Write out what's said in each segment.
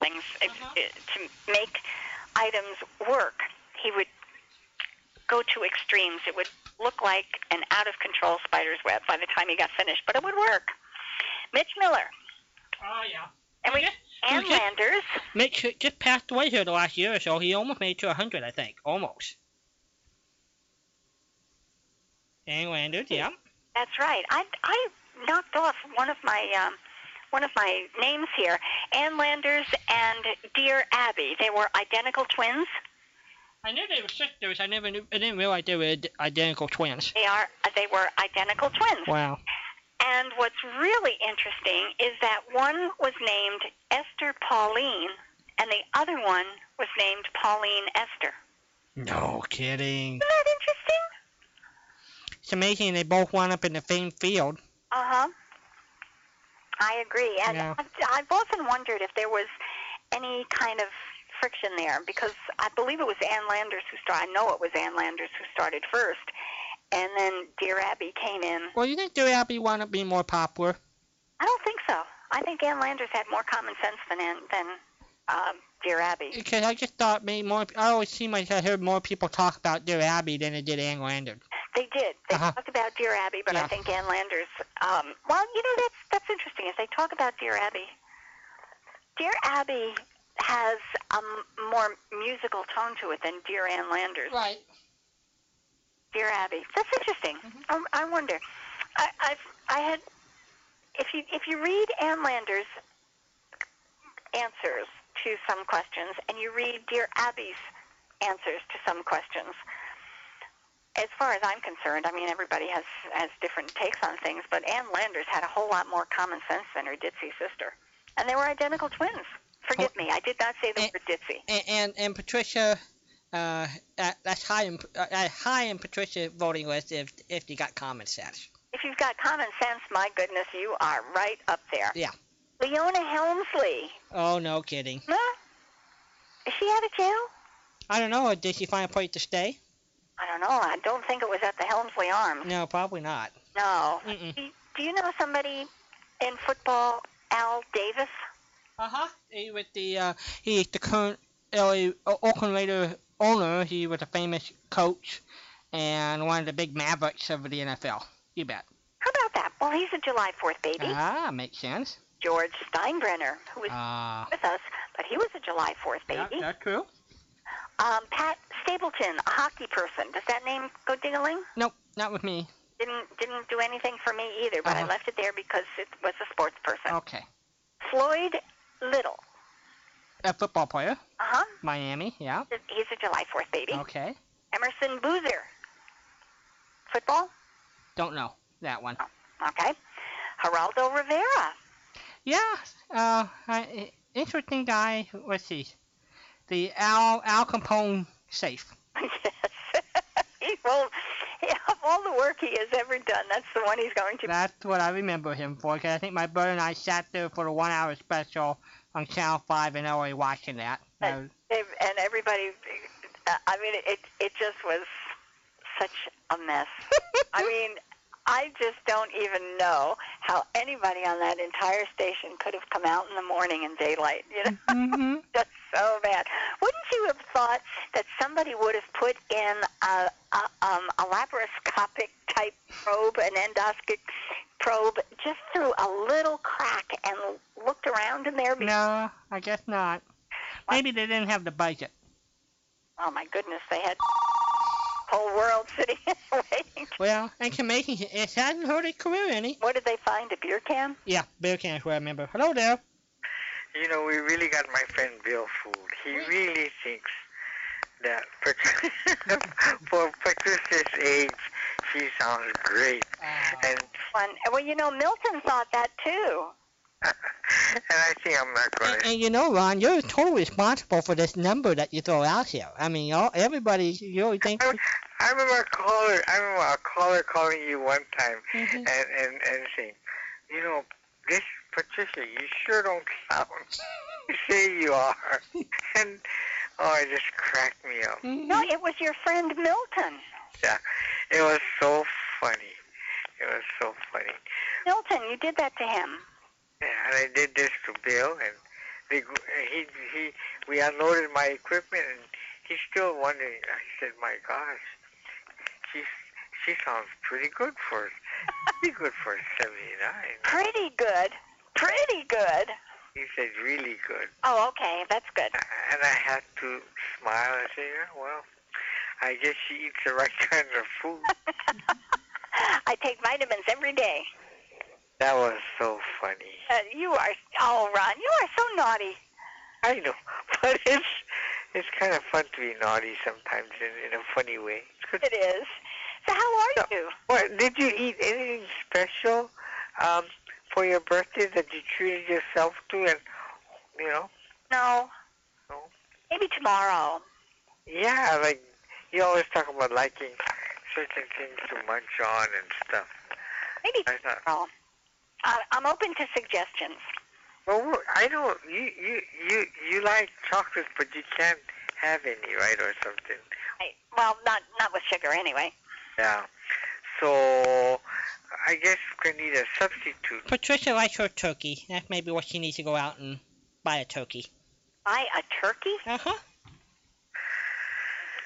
things if, it, to make items work. He would go to extremes. It would look like an out of control spider's web by the time he got finished, but it would work. Mitch Miller Oh yeah. and we Yeah. and Yeah. Landers. Mitch just passed away here the last year or so. He almost made it to 100, I think. Almost. And Landers, yeah. That's right. I I knocked off one of my um, one of my names here. Ann Landers and Dear Abby. They were identical twins. I knew they were sisters. I never knew. I didn't realize they were id- identical twins. They are they were identical twins. Wow. And what's really interesting is that one was named Esther Pauline, and the other one was named Pauline Esther. No kidding. Isn't that interesting? It's amazing they both wound up in the same field. Uh huh. I agree, and Yeah. I've, I've often wondered if there was any kind of friction there because I believe it was Ann Landers who started. I know it was Ann Landers who started first, and then Dear Abby came in. Well, you think Dear Abby wound up being more popular? I don't think so. I think Ann Landers had more common sense than Ann, than um, Dear Abby. Because I just thought maybe more. I always seem like I heard more people talk about Dear Abby than I did Ann Landers. They did. They Uh-huh. talked about Dear Abby, but Yeah. I think Ann Landers. Um, well, you know that's that's interesting. If they talk about Dear Abby, Dear Abby has a m- more musical tone to it than Dear Ann Landers. Right. Dear Abby, that's interesting. Um I, wonder. I, I've I had if you if you read Ann Landers' answers to some questions and you read Dear Abby's answers to some questions. As far as I'm concerned, I mean everybody has has different takes on things, but Ann Landers had a whole lot more common sense than her ditzy sister, and they were identical twins. Forgive me, I did not say the Eh. word ditzy. And and, and Patricia, uh, that, that's high in uh, high in Patricia's voting list if if you got common sense. If you've got common sense, my goodness, you are right up there. Yeah. Leona Helmsley. Oh no, kidding. No? Is she out of jail? I don't know. Did she find a place to stay? I don't know. I don't think it was at the Helmsley Arms. No, probably not. No. Mm-mm. Do do you know somebody in football, Al Davis? Uh huh. He was the uh, he's the current LA uh, Oakland Raider owner. He was a famous coach and one of the big mavericks of the NFL. You bet. How about that? Well, he's a July 4th baby. Ah, makes sense. George Steinbrenner, who was Ah, Mm-hmm. with us, but he was a July 4th yeah, baby. that's true. Um, Pat Stapleton, a hockey person. Does that name go ding-a-ling? Nope, not with me. Didn't, didn't do anything for me either, but I Uh-huh. left it there because it was a sports person. Okay. Floyd Little. A football player, Uh-huh. Miami. Yeah. He's a July 4th baby. Okay. Emerson Boozer. Football? Don't know that one. Okay. Geraldo Rivera. Yeah. Uh, I, interesting guy. Let's see. The Al Al Capone safe. yes. he will, yeah, of all the work he has ever done, that's the one he's going to. That's what I remember him for, 'cause I think my brother and I sat there for the one hour special on Channel 5 in LA watching that. Right. Uh, And everybody, uh, I mean, it, it just was such a mess. I mean, I just don't even know how anybody on that entire station could have come out in the morning in daylight, you know? mhm. That's so bad. Wouldn't you have thought that somebody would have put in a, a, um, a laparoscopic type probe, an endoscopic probe, just through a little crack and looked around in there? No, I guess not. Maybe they didn't have the budget. Oh my goodness, they had whole world sitting waiting. Well, and Kamaki, it hasn't hurt his career any. What did they find? A beer can? Yeah, Bill Cannon's where I remember. Hello there. You know, we really got my friend Bill fooled. He really thinks that Pat- for Patricia's age, she sounds great. Oh. And One. Well, you know, Milton thought that too. and I think I'm not going And, to. and you know, Ron, you're totally responsible for this number that you throw out here. I mean, all, everybody, you always think. I remember a caller. I remember a caller calling you one time Mhm. and, and, and saying, you know, this Patricia, you sure don't sound. you say you are. And oh, it just cracked me up. No, it was your friend Milton. It was so funny. It was so funny. Milton, you did that to him. Yeah, and I did this to Bill, and They, go- he he we unloaded my equipment and he's still wondering. I said, my gosh, she she sounds pretty good for pretty good for seventy nine. Pretty good. Pretty good. He said, really good. Oh, okay. That's good. And I had to smile and say, oh, well, I guess she eats the right kind of food. I take vitamins every day. That was so funny. Uh, you are, oh, Ron, you are so naughty. I know, but it's it's kind of fun to be naughty sometimes in, in a funny way. It's good. It is. So how are you? What did you eat anything special um, for your birthday that you treated yourself to? And you know, No. No. Maybe tomorrow. yeah, like you always talk about liking certain things to munch on and stuff. Maybe I thought, tomorrow. I, I'm open to suggestions. well, wha- I don't. You you you you like chocolate, but you can't have any, right, or something. I, well, not not with sugar anyway. Yeah. So I guess we need a substitute. Patricia likes her turkey. That's maybe what she needs to go out and buy a turkey. Buy a turkey, Uh huh.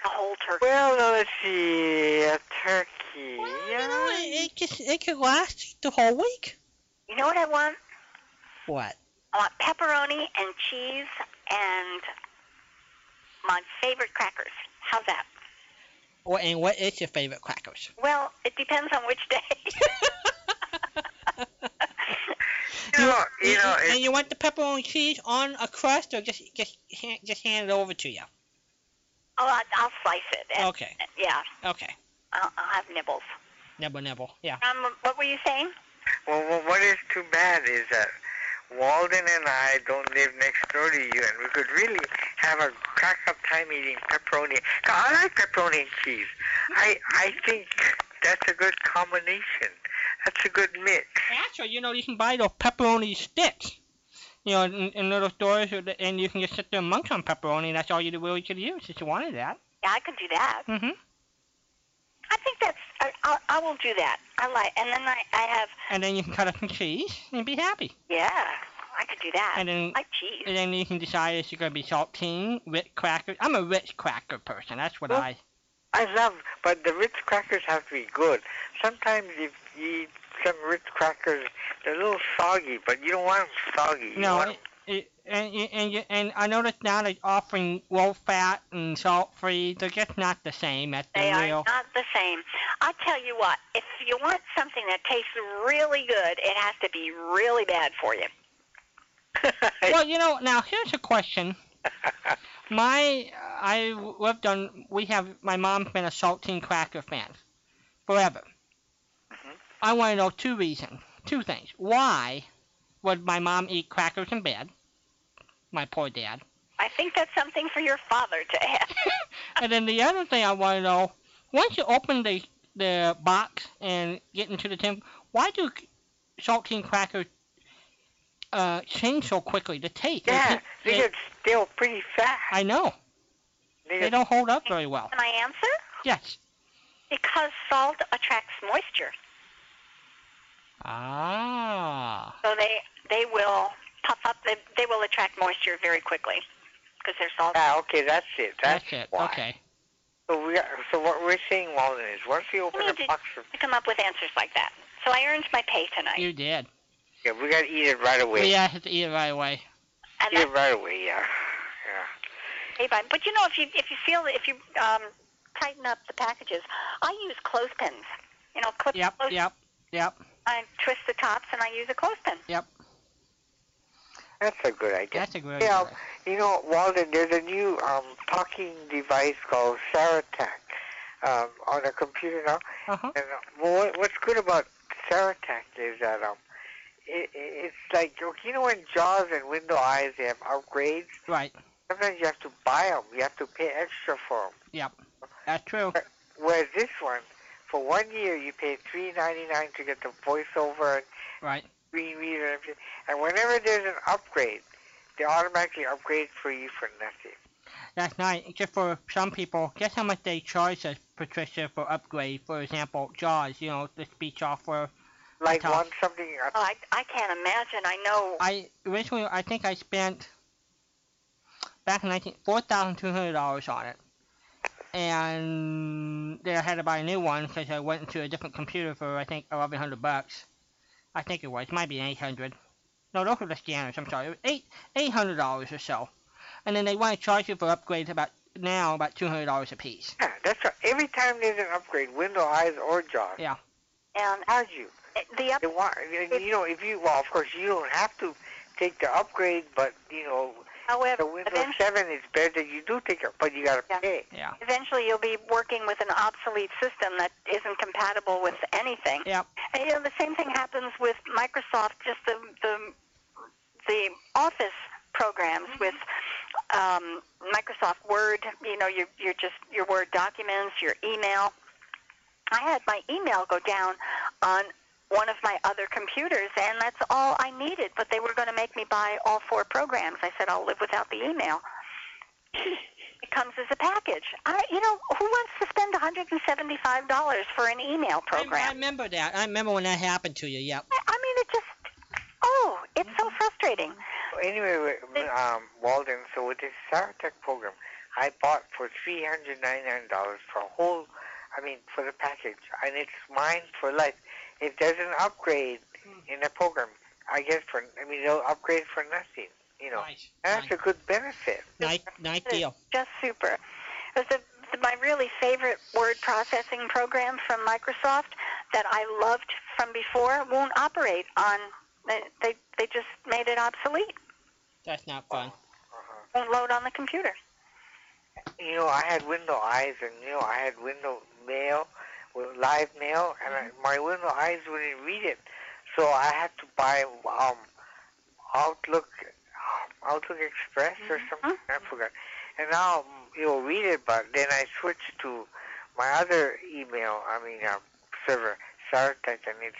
a whole turkey. Well, now let's see. A turkey. Well, you know, yeah. it, it just it could last the whole week. You know what I want? What? I want pepperoni and cheese and my favorite crackers. How's that? Or and what is your favorite crackers? Well, it depends on which day. Oh, You know, you know, and, it, you want the pepperoni cheese on a crust, or just just hand, just hand it over to you? oh, I, I'll slice it. And, Okay, Yeah, okay. I'll, I'll have nibbles. Nibble, nibble. Yeah. Um, what were you saying? well, well, what is too bad is that Walden and I don't live next door to you, and we could really have a crack up time eating pepperoni. I like pepperoni and cheese. I I think that's a good combination. That's a good mix. Actually, you know, you can buy those pepperoni sticks. You know, in, in little stores, or the- and you can just sit there and munch on pepperoni. and That's all you really could use if you wanted that. Yeah, I could do that. Mm-hmm. I think that's. I, I, I will do that. I like, and then I, I have. And then you can cut up some cheese and be happy. Yeah, I could do that. And then I like cheese. And then you can decide if you're gonna be saltine, Ritz crackers. I'm a Ritz cracker person. That's what Well, I. I love, but the Ritz crackers have to be good. Sometimes if you eat some Ritz crackers, they're a little soggy, but you don't want them Oh, soggy. You No, want it, it, and you- and you- and I noticed now they're offering low fat and salt free. They're just not the same at the They are meal. not the same. I'll tell you what, if you want something that tastes really good, it has to be really bad for you. 'em- Well, you know, now here's a question. My I lived on. We have my mom's been a saltine cracker fan forever. Mhm. I want to know two reasons, two things. Why would my mom eat crackers in bed? My poor dad. I think that's something for your father to have. and then the other thing I want to know, once you open the the box and get into the tin, why do saltine crackers uh, change so quickly? The taste. they yeah, keep- they they- get still pretty fat. I know. They They get- don't hold up very well. Can I answer? Yes. Because salt attracts moisture, Ah. so they they will puff up. They, they will attract moisture very quickly because they're salty. yeah, Ah, okay, that's it. That's, That's it. why. Okay. So we are, so what we're saying, Walden, is once you open We the did- box, of, I come up with answers like that. So I earned my pay tonight, You did. yeah, we gotta eat it right away. We uh, have to eat it right away. and Eat that's it right away. Yeah, pay by. But you know, if you if you feel if you um, tighten up the packages, I use clothespins. You know, clip Yep. clothes- Yep. Yep. I twist the tops and I use a clothespin. that's a good idea. That's a great. Yeah. idea. You know, Walden, there's a new um, talking device called Saratac um, on a computer now. Uh-huh. And uh, well, what- what's good about Saratac is that um, it, it, it's like you know when Jaws and Window Eyes they have upgrades. Right. Sometimes you have to buy them. You have to pay extra for them. That's true. Whereas this one, for one year, you pay three ninety nine to get the voiceover and Right. screen reader and everything. And whenever there's an upgrade, they automatically upgrade for you for nothing. That's nice. Just for some people, guess how much they charge us, Patricia, for upgrade. For example, Jaws, you know, the speech software. Like Tough. want something. uh, Oh, I, I can't imagine. I know. I originally, I think I spent back in 19, $4,200 on it. And then I had to buy a new one because I went into a different computer for, I think, 1100 bucks. I think it was. Might be 800 No, those were the scanners. I'm sorry. It was eight, $800 or so. And then they want to charge you for upgrades about now about $200 a piece. Yeah, that's right. Every time there's an upgrade, Windows, eyes or jaws. Yeah. And How'd you? it- the up, They want, you know, if you, well, of course, you don't have to take the upgrade, but, you know, however, the Windows eventually, 7 is better than you do take it, but you got to Yeah. pay. Yeah. eventually you'll be working with an obsolete system that isn't compatible with anything. Yep. And, you know, the same thing happens with Microsoft, just the the, the Office programs with um, Microsoft Word. You know, your your just your Word documents, your email. I had my email go down on one of my other computers, and that's all I needed. But they were going to make me buy all four programs. I said I'll live without the email. It comes as a package. I, you know, who wants to spend $175 for an email program? I, I remember that. I remember when that happened to you. Yep. I- I mean, it just, oh, it's so frustrating. Anyway, They- um, Walden, so with this Saratech program, I bought for $399 for a whole, I mean, for the package, and it's mine for life. If there's an upgrade in the program, I guess for, I mean, they'll upgrade for nothing, you know. Nice. That's Nice, a good benefit. nice, nice deal. Just super. It was the, my really favorite word processing program from Microsoft that I loved from before won't operate on. They they, they just made it obsolete. That's not fun. Uh-huh. Won't load on the computer. you know, I had window eyes, and you know, I had window mail, with live mail, and I, my window eyes wouldn't read it, so I had to buy um, Outlook, Outlook Express or something. I forgot. And now mm, it'll read it, but then I switched to my other email. I mean, uh, server, Saratech, and it's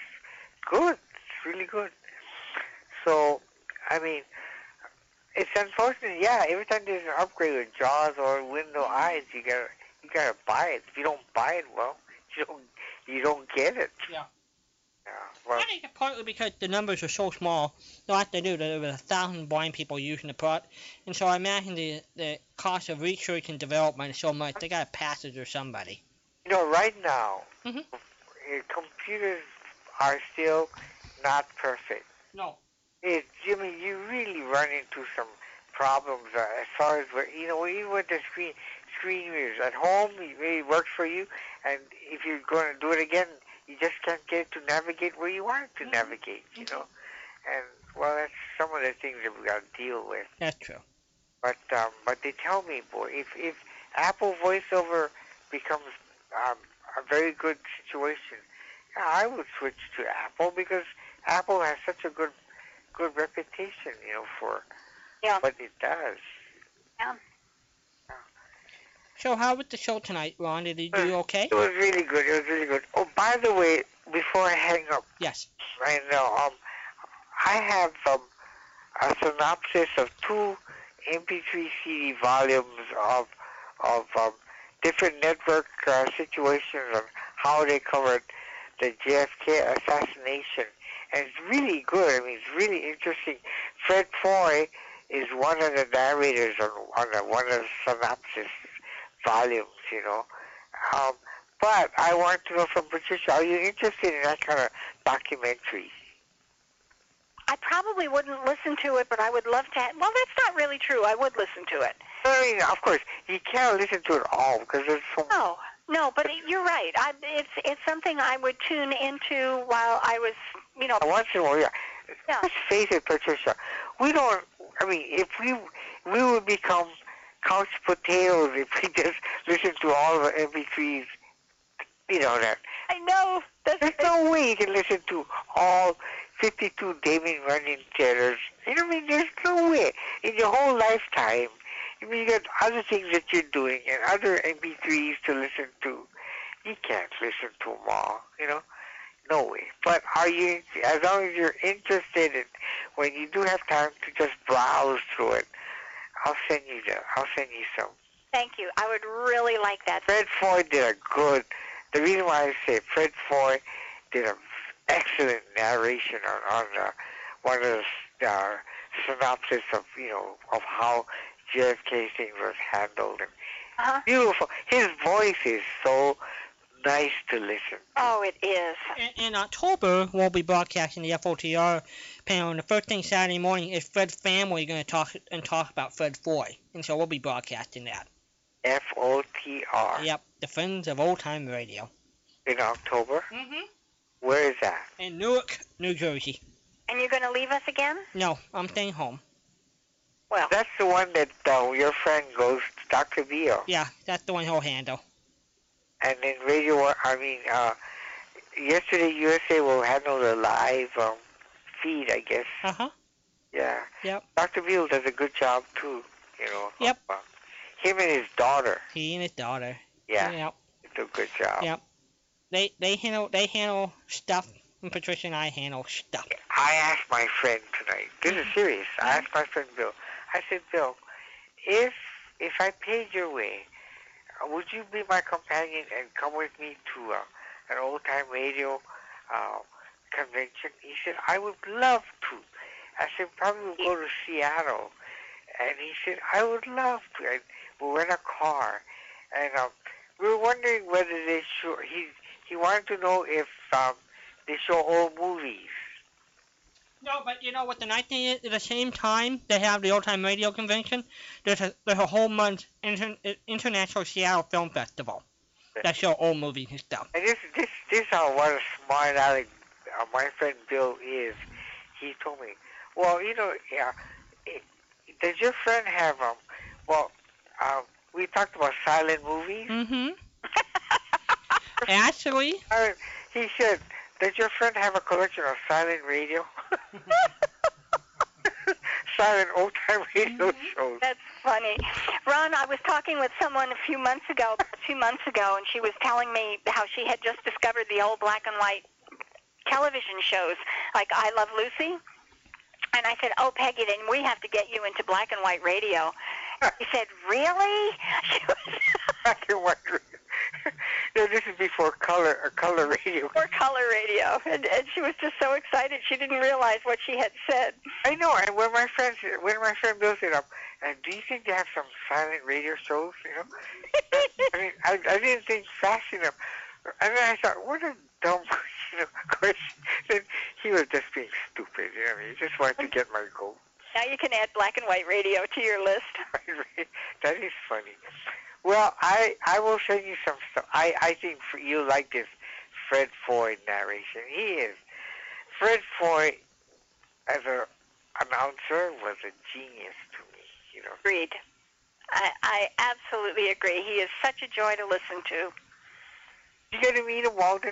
good. It's really good. So, I mean, it's unfortunate, yeah. Every time there's an upgrade with Jaws or Window Eyes, you gotta you gotta buy it. If you don't buy it, well, you don't you don't get it. Yeah. Yeah. Well, I think it's partly because the numbers are so small. No, what they do, there were a thousand blind people using the product, and so I imagine the the cost of research and development is so much. They got to pass it to somebody. you know, right now, Mhm. eh, computers are still not perfect. No. It, Jimmy, you really run into some problems uh, as far as where you know even with the screen screen readers at home. It really works for you, and if you're going to do it again, you just can't get it to navigate where you want it to navigate. You know, and well, that's some of the things that we got to deal with. That's true. But um, but they tell me, boy, if if Apple VoiceOver becomes um, a very good situation, yeah, I would switch to Apple because Apple has such a good good reputation, you know, for Yeah. what it does. So how was the show tonight, Ron? Did you Hmm. do okay? It was really good. It was really good. Oh, by the way, before I hang up Yes. right now, um, I have um, a synopsis of two MP3 CD volumes of of um, different network uh, situations and how they covered the JFK assassination. And it's really good. I mean, it's really interesting. Fred Foy is one of the narrators on, on the, one of the synopsis volumes, you know. Um, but I want to know from Patricia, are you interested in that kind of documentary? I probably wouldn't listen to it, but I would love to. Ha- well, that's not really true. I would listen to it. I mean, of course, you can't listen to it all because there's so much. No, no, but it, you're right. I, it's it's something I would tune into while I was, you know, Once in a while, yeah. Yeah. Let's face it, Patricia. We don't. I mean, if we we would become couch potatoes if we just listen to all the MP3s. You know that. I know. That's, There's no way you can listen to all 52 Damien Runyon Taylors. You know what I mean? There's no way. In your whole lifetime, I mean, you got other things that you're doing and other MP3s to listen to. You can't listen to them all, you know? No way. But are you, as long as you're interested in, when you do have time to just browse through it, I'll send you the, I'll send you some. thank you. I would really like that. Fred Foy did a good. The reason why I say Fred Foy did an excellent narration on, on uh, one of the uh, synopsis of you know of how JFK thing was handled. And Uh-huh. beautiful. His voice is so nice to listen. Oh, it is. In, in October, we'll be broadcasting the FOTR panel, and the first thing Saturday morning is Fred's family going to talk and talk about Fred Foy, and so we'll be broadcasting that. F O T R Yep, the Friends of Old Time Radio. in October. Mm-hmm. Where is that? In Newark, New Jersey. And you're going to leave us again? No, I'm staying home. Well, That's the one that uh, your friend goes to Dr. Bio. Yeah, that's the one he'll handle. And then radio, Wa- I mean, uh, yesterday USA will handle the live um, feed, I guess. Uh huh. Yeah. Yep. Dr. Beal does a good job too, you know. Yep. Um, him and his daughter. He and his daughter. Yeah, Yep. they do a good job. Yep. They they handle they handle stuff, and Patricia and I handle stuff. I asked my friend tonight. This is serious. I asked my friend Bill. I said, Bill, if if I paid your way, uh, would you be my companion and come with me to uh, an old time radio uh, convention? He said, I would love to. I said, probably we'll go to Seattle. And he said, I would love to. And we were in a car, and um, we were wondering whether they show. He he wanted to know if um, they show old movies. No, but you know what the nice thing is? At the same time they have the old time radio convention, there's a there's a whole month inter- international Seattle Film Festival. That show old movies and stuff. And this, this, this, how what a smart aleck uh, my friend Bill is. He told me, well, you know, yeah, it, does your friend have um? Well, um, we talked about silent movies. Mm-hmm. Actually, I- he said, does your friend have a collection of silent radio? silent old time radio shows. that's funny. Ron, I was talking with someone a few months ago, about two months ago, and she was telling me how she had just discovered the old black and white television shows, like I Love Lucy. And I said, Oh, Peggy, then we have to get you into black and white radio. She said, Really? She was Black and white radio. no, this is before color, uh, color radio. for color radio. And, and she was just so excited she didn't realize what she had said. I know, and when my friends, when my friend builds it up, and do you think they have some silent radio shows? You know, I mean, I, I didn't think fast enough, and then I thought, what a dumb, you know, question. Then he was just being stupid. You know, what I mean, he just wanted to get my goat. now you can add black and white radio to your list. that is funny. Well, I I will send you some stuff. I I think for, you like this Fred Foy narration. He is Fred Foy as a announcer was a genius to me. You know, Agreed. I, I absolutely agree. He is such a joy to listen to. you get to meet him, Walden.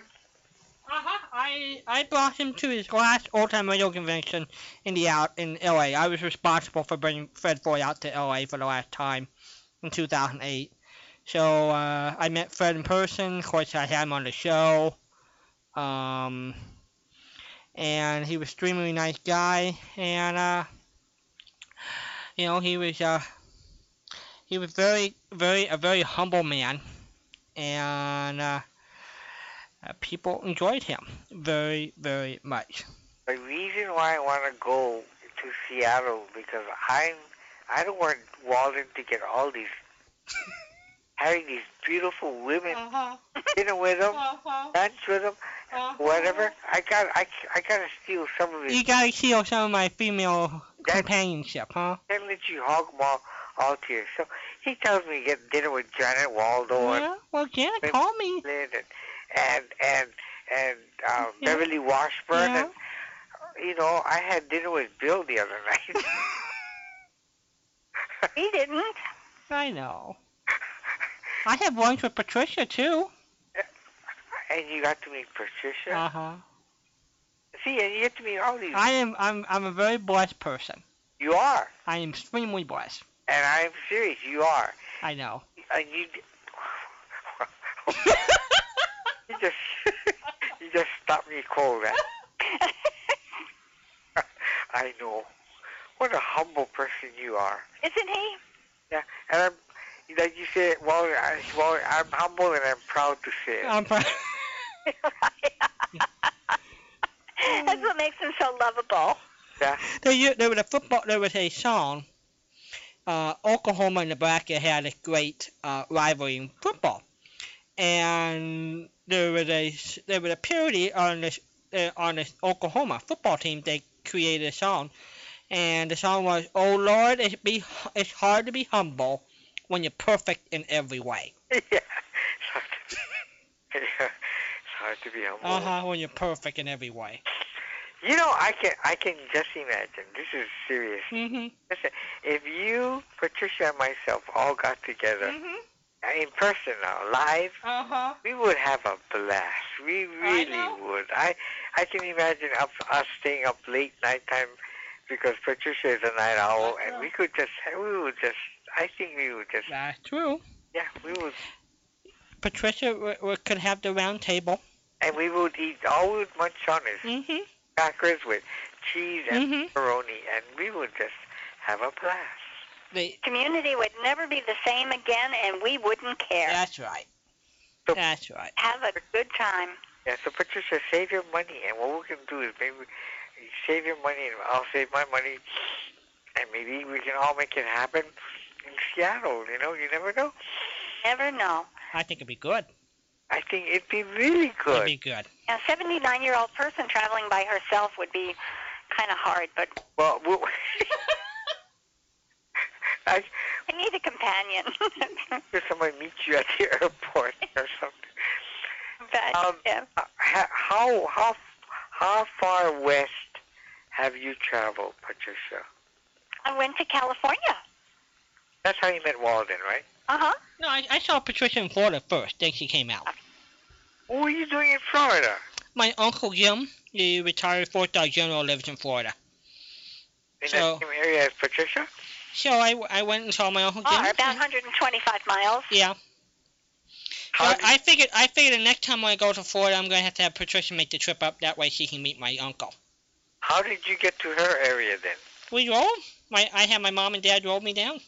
uh-huh, I I brought him to his last old time radio convention in the out in L.A. I was responsible for bringing Fred Foy out to L.A. for the last time in 2008. So uh, I met Fred in person. Of course, I had him on the show. Um, and he was an extremely nice guy. And uh, you know, he was uh, he was very very a very humble man. And uh, uh, people enjoyed him very, very much. The reason why I want to go to Seattle because I'm I don't want Walden to get all these having these beautiful women Uh-huh. dinner with him, Uh-huh. lunch with him. whatever. I got I, I gotta steal some of Oh. You it. gotta steal some of my female That- companionship, huh? Can't let you hog them all, all to yourself. He tells me to get dinner with Janet Waldo and Yeah. Well, Janet, Maybe- call me. Lynn and and and, and um, Yeah. Beverly Washburn. Yeah. And, you know, I had dinner with Bill the other night. He didn't. I know. I had lunch with Patricia too. and you got to meet Patricia. Uh huh. See, and you get to meet all these. I am. I'm. I'm a very blessed person. you are, I am extremely blessed. and I'm serious. You are, I know. and you. you just you just stopped me cold. That. I know. What a humble person you are. Isn't he? Yeah, and I'm, like you said, well, I, well, I'm humble and I'm proud to say it. I'm pro- That's what makes him so lovable. yeah, there, you- there was a football. There was a song uh, Oklahoma and Nebraska had a great uh, rivalry in football, and there was a there was a parody on this uh, on this Oklahoma football team. They created a song, and the song was "Oh Lord, it's be it's hard to be humble when you're perfect in every way." yeah. It's hard to be, yeah, it's hard to be humble. Uh huh. When you're perfect in every way. You know, I can I can just imagine. This is serious. Mhm. Listen, if you, Patricia, and myself all got together Mhm. in person now, live, Uh huh. we would have a blast. We really know. would. I I can imagine up, us staying up late nighttime because Patricia is a night owl, That's and right. we could just we would just. I think we would just That's true. yeah we would Patricia w- w- could have the round table. and we would eat all we would munch on is Mhm. crackers with cheese and Mhm. pepperoni, and we would just have a blast. They, Community would never be the same again, and we wouldn't care. that's right. So- That's right. Have a good time. Yeah, so Patricia, save your money, and what we can do is maybe you save your money, and I'll save my money, and maybe we can all make it happen in Seattle. You know, you never know. Never know. I think it'd be good. I think it'd be really It'd good. be good. A 79 year old person traveling by herself would be kind of hard, but well, we'll I I need a companion. if someone meets you at the airport or something. but Um, yeah. Uh, How how how far west have you traveled, Patricia? I went to California. That's how you met Walden, right? Uh huh. Oh, No, I, I saw Patricia in Florida first. Then she came out. What were you doing in Florida? My uncle Jim, the retired four star general, lives in Florida. In So- that same area as Patricia? So I, w- I went and saw my uncle Jim. Oh, about 125 miles. yeah. So How I, I figured I figured the next time I go to Florida, I'm gonna have to have Patricia make the trip up. That way she can meet my uncle. How did you get to her area then? We drove. My I had my mom and dad drove me down.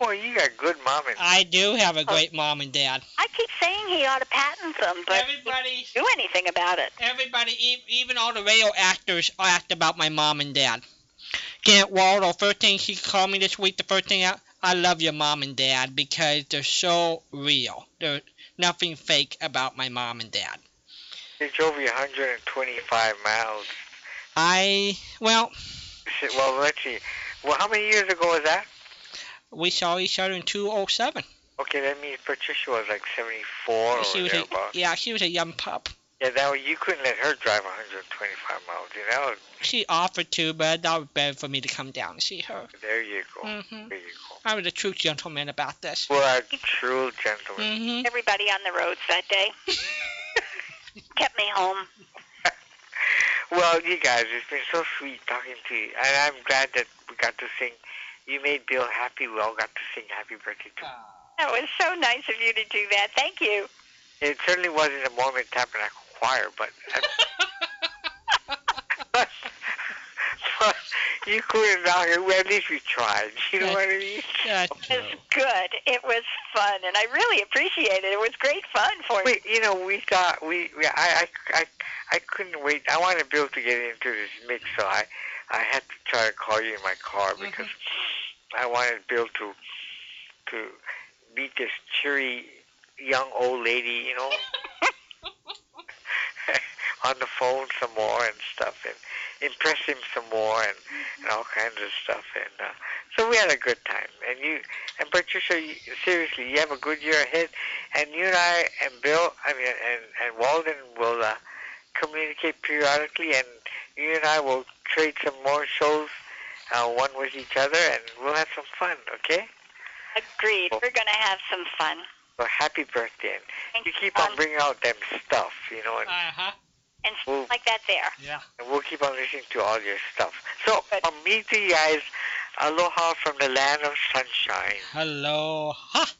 Boy, you got good mom and I do have a great mom and dad. I keep saying he ought to patent them, but he can't Everybody, do anything about it. everybody, e- even all the radio actors act about my mom and dad. Gant Waldo, first thing she called me this week, the first thing I, I love your mom and dad because they're so real. There's nothing fake about my mom and dad. you drove you 125 miles. I, well, Shit, Well, let's see. Well, how many years ago was that? we saw each other in 207. Okay, that means Patricia was like 74 or she was a, thereabouts. yeah, she was a young pup. Yeah, that way you couldn't let her drive 125 miles. You know, She offered to, but that was better for me to come down and see her. there you go. hmm There you go. I was a true gentleman about this. Well, a true gentleman. hmm Everybody on the roads that day kept me home. Well, you guys, it's been so sweet talking to you, and I'm glad that we got to sing. You made Bill happy. We all got to sing "Happy Birthday" to That was so nice of you to do that. Thank you. It certainly wasn't a Mormon Tabernacle Choir, but but, but you could have knocked it. Well, at least we tried. You know what I mean? That's It true. was good. It was fun, and I really appreciate it. It was great fun for me. We, you know, we thought we. we I, I, I, I couldn't wait. I wanted Bill to get into this mix, so I, I had to try to call you in my car because I wanted Bill to, to, meet this cheery young old lady. You know. on the phone some more and stuff and impress him some more and, and all kinds of stuff and uh, so we had a good time and you and Patricia you, seriously you have a good year ahead and you and I and Bill I mean and, and Walden will uh, communicate periodically and you and I will trade some more shows uh, one with each other and we'll have some fun okay Agreed. We're going to have some fun. so happy birthday and Thank you keep on Um, bringing out them stuff you know and Uh-huh. and we'll stuff like that there. Yeah. And we'll keep on listening to all your stuff. So, Good. from me to you guys, aloha from the land of sunshine. Hello. Ha!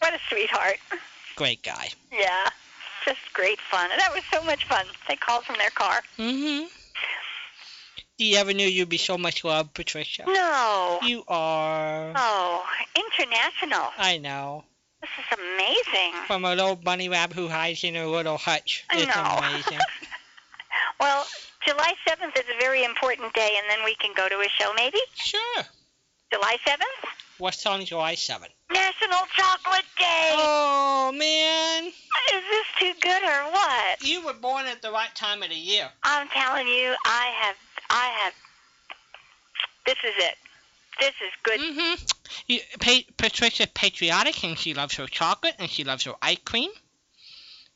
What a sweetheart. Great guy. Yeah. Just great fun. And that was so much fun. They called from their car. Mm-hmm. Do you ever knew you'd be so much loved, Patricia? No. You are. Oh, international. I know. This is amazing. From a little bunny rabbit who hides in a little hutch. It's No. amazing. Well, July July 7th is a very important day, and then we can go to a show maybe? Sure. July 7th? What's on July 7th? National Chocolate Day! Oh, man. Is this too good or what? You were born at the right time of the year. I'm telling you, I have, I have, this is it. This is good. Mm hmm. You, pa- Patricia's patriotic and she loves her chocolate and she loves her ice cream.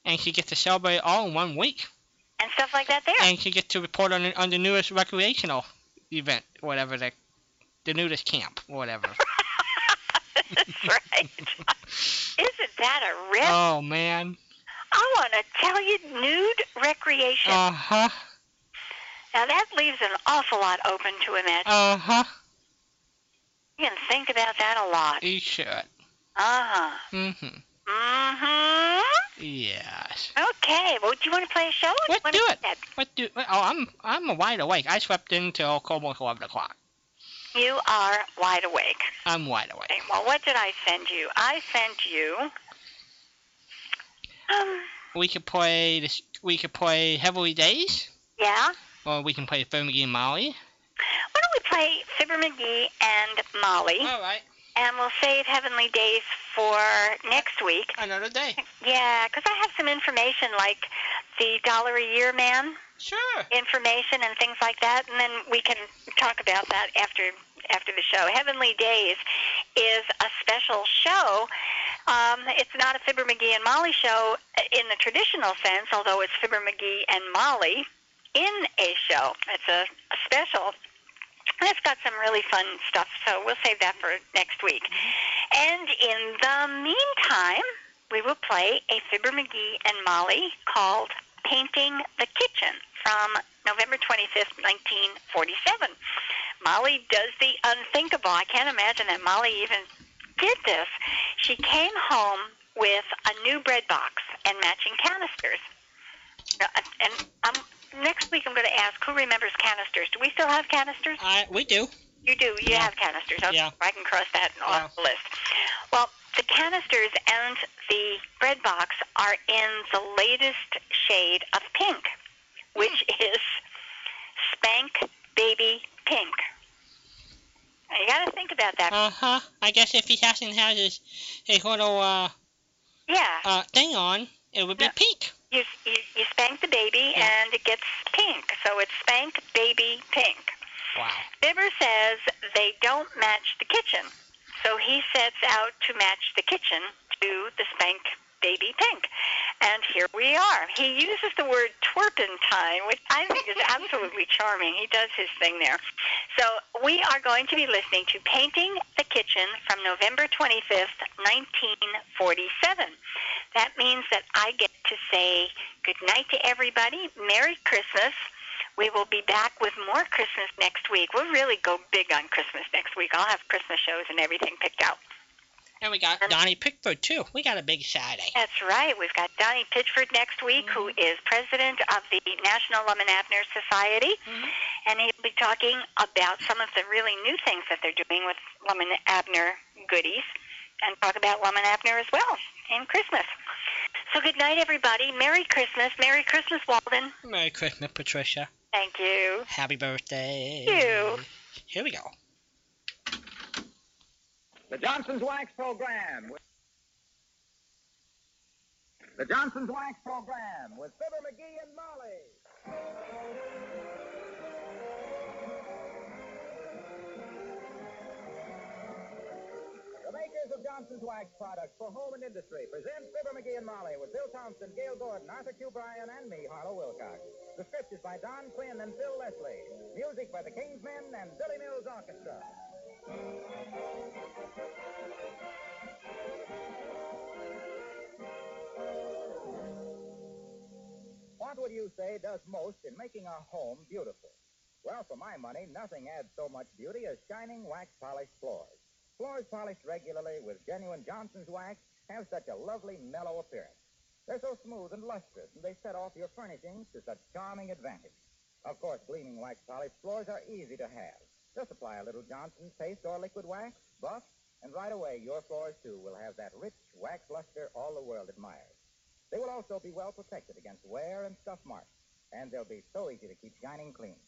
And she gets to celebrate it all in one week. And stuff like that there. And she gets to report on, the- on the newest recreational event, whatever the, the nudist camp, whatever. That's right. Isn't that a rip? Oh, man. I want to tell you, nude recreation. Uh huh. now that leaves an awful lot open to imagine. Uh huh. you can think about that a lot. You should. Uh Mm hmm. huh. Mm Yes. hmm. Okay. Well, do you want to play a show? Let's Wanna do it. that? What do? Oh, I'm I'm wide awake. I slept in till almost eleven o'clock. You are wide awake. I'm wide awake. Okay, Well, what did I send you? I sent you. Um, We could play this. We could play Heavily Days, yeah. or we can play Fergie and Molly. Why don't we play Fibber McGee and Molly, All right, and we'll save Heavenly Days for next week. another day. Yeah, 'cause I have some information like the dollar a year man Sure. information and things like that, and then we can talk about that after after the show. Heavenly Days is a special show. Um, it's not a Fibber McGee and Molly show in the traditional sense, although it's Fibber McGee and Molly in a show. It's a, a special. And it's got some really fun stuff, so we'll save that for next week. And in the meantime, we will play a Fibber McGee and Molly called Painting the Kitchen from November 25th, 1947. Molly does the unthinkable. I can't imagine that Molly even did this. She came home with a new bread box and matching canisters. Now, And um, next week I'm going to ask who remembers canisters. Do we still have canisters? I we do. You do. You Yeah. have canisters. Okay. Yeah. I can cross that off Yeah. the list. Well, the canisters and the bread box are in the latest shade of pink, which Hmm. is spank baby pink. Now, you got to think about that. Uh huh. I guess if he hasn't had his his little uh yeah. uh thing on, it would be No. pink. you, you, you spank the baby Yeah. and it gets pink. So it's spank baby pink. Wow. Bibber says they don't match the kitchen, so he sets out to match the kitchen to the Spank Baby Pink. And here we are. He uses the word turpentine, which I think is absolutely charming. He does his thing there. So we are going to be listening to Painting the Kitchen from November 25th, 1947. That means that I get to say good night to everybody, Merry Christmas. We will be back with more Christmas next week. We'll really go big on Christmas next week. I'll have Christmas shows and everything picked out. And we got Um, Donnie Pickford too. We got a big Saturday. That's right. We've got Donnie Pitchford next week, who is president of the National Lum and Abner Society, Mhm. and he'll be talking about some of the really new things that they're doing with Lum and Abner goodies, and talk about Lum and Abner as well in Christmas. So good night, everybody. Merry Christmas. Merry Christmas, Walden. Merry Christmas, Patricia. Thank you. Happy birthday. Thank you. Here we go. The Johnson's Wax Program. With the Johnson's Wax Program with Fibber McGee and Molly. The makers of Johnson's Wax products for home and industry present Fibber McGee and Molly with Bill Thompson, Gail Gordon, Arthur Q. Bryan, and me, Harlow Wilcox. The script is by Don Quinn and Phil Leslie. Music by the Kingsmen and Billy Mills Orchestra. What would you say does most in making a home beautiful? Well, for my money, nothing adds so much beauty as shining wax polished floors. Floors polished regularly with genuine Johnson's wax have such a lovely mellow appearance. They're so smooth and lustrous, and they set off your furnishings to such charming advantage. Of course, gleaming wax polished floors are easy to have. Just apply a little Johnson's paste or liquid wax, buff, and right away your floors too will have that rich wax luster all the world admires. They will also be well protected against wear and scuff marks. and they'll be so easy to keep shining clean.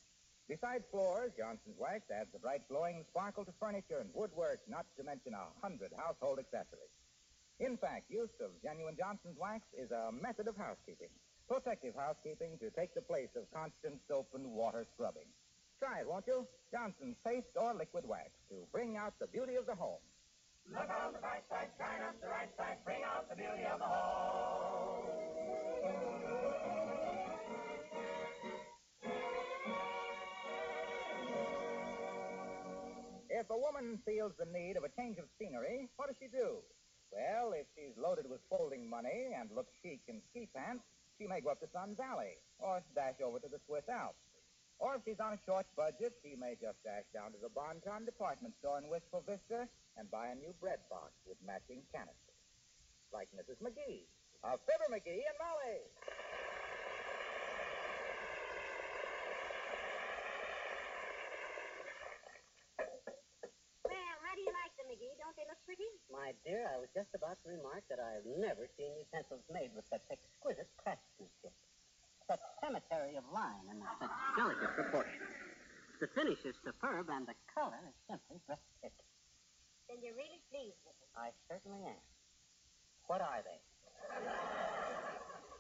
Besides floors, Johnson's Wax adds a bright glowing sparkle to furniture and woodwork, not to mention a hundred household accessories. In fact, use of genuine Johnson's Wax is a method of housekeeping, protective housekeeping to take the place of constant soap and water scrubbing. Try it, won't you? Johnson's paste or liquid wax to bring out the beauty of the home. If a woman feels the need of a change of scenery, what does she do? Well, if she's loaded with folding money and looks chic in ski pants, she may go up to Sun Valley or dash over to the Swiss Alps. Or if she's on a short budget, she may just dash down to the Bonton department store in Wistful Vista and buy a new bread box with matching canisters. Like Mrs. McGee, of Fibber McGee and Molly. Well, how do you like them, McGee? Don't they look pretty? My dear, I was just about to remark that I have never seen utensils made with such exquisite craftsmanship, such cemetery of line, and such delicate proportions. The finish is superb, and the color is simply breathtaking. Then you're really pleased with them. I certainly am. What are they?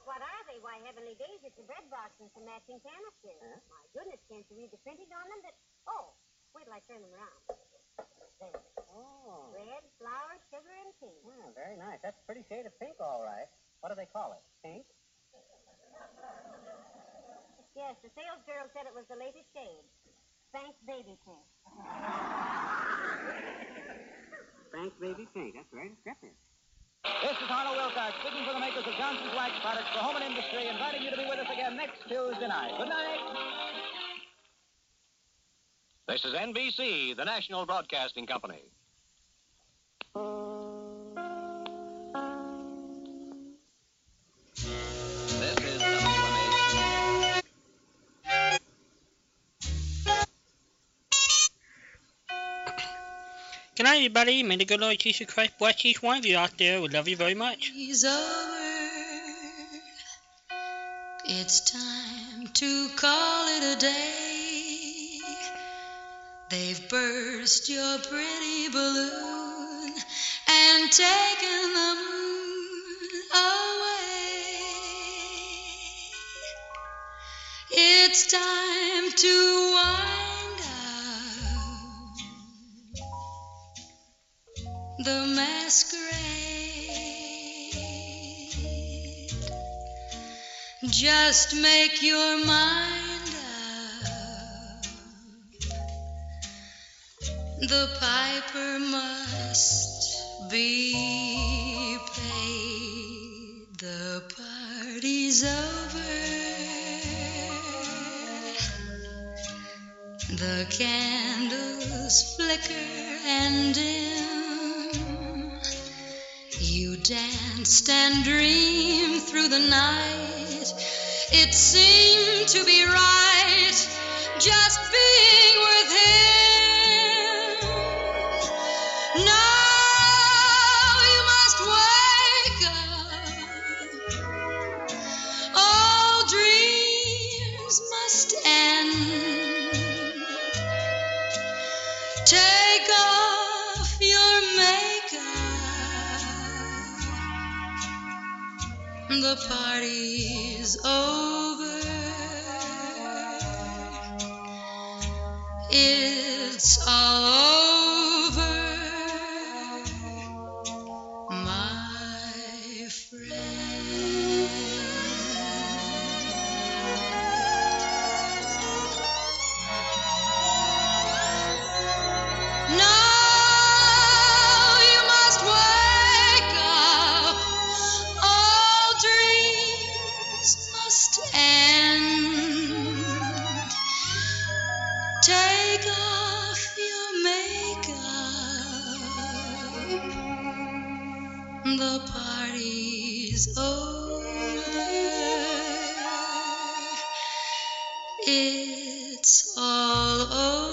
What are they? Why, Heavenly Days, it's a bread box and some matching canisters. Huh? My goodness, can't you read the printing on them? But, oh, wait till I turn them around. There. Oh, Bread, flour, sugar, and tea. yeah, very nice. That's a pretty shade of pink, all right. What do they call it? Pink? Yes, the sales girl said it was the latest shade. Thanks, baby pink. Frank baby pink. That's very descriptive. This is Harlow Wilcox speaking for the makers of Johnson's Wax Products for Home and Industry, inviting you to be with us again next Tuesday night. Good night. This is NBC, the National Broadcasting Company. This is WMAC. Good night, everybody. May the good Lord Jesus Christ bless each one of you out there. We love you very much. Is over. It's time to call it a day. They've burst your pretty balloon and taken the moon away. It's time to wind up the masquerade. Just make your mind up. The piper must be paid. The party's over. The candles flicker and dim. You danced and dreamed through the night. It seemed to be right just being with him. Now you must wake up. All dreams must end. Take off your makeup. The party's over. It's all over, my friend. Now you must wake up. All dreams must end. Take off your makeup. The party's over. It's all over.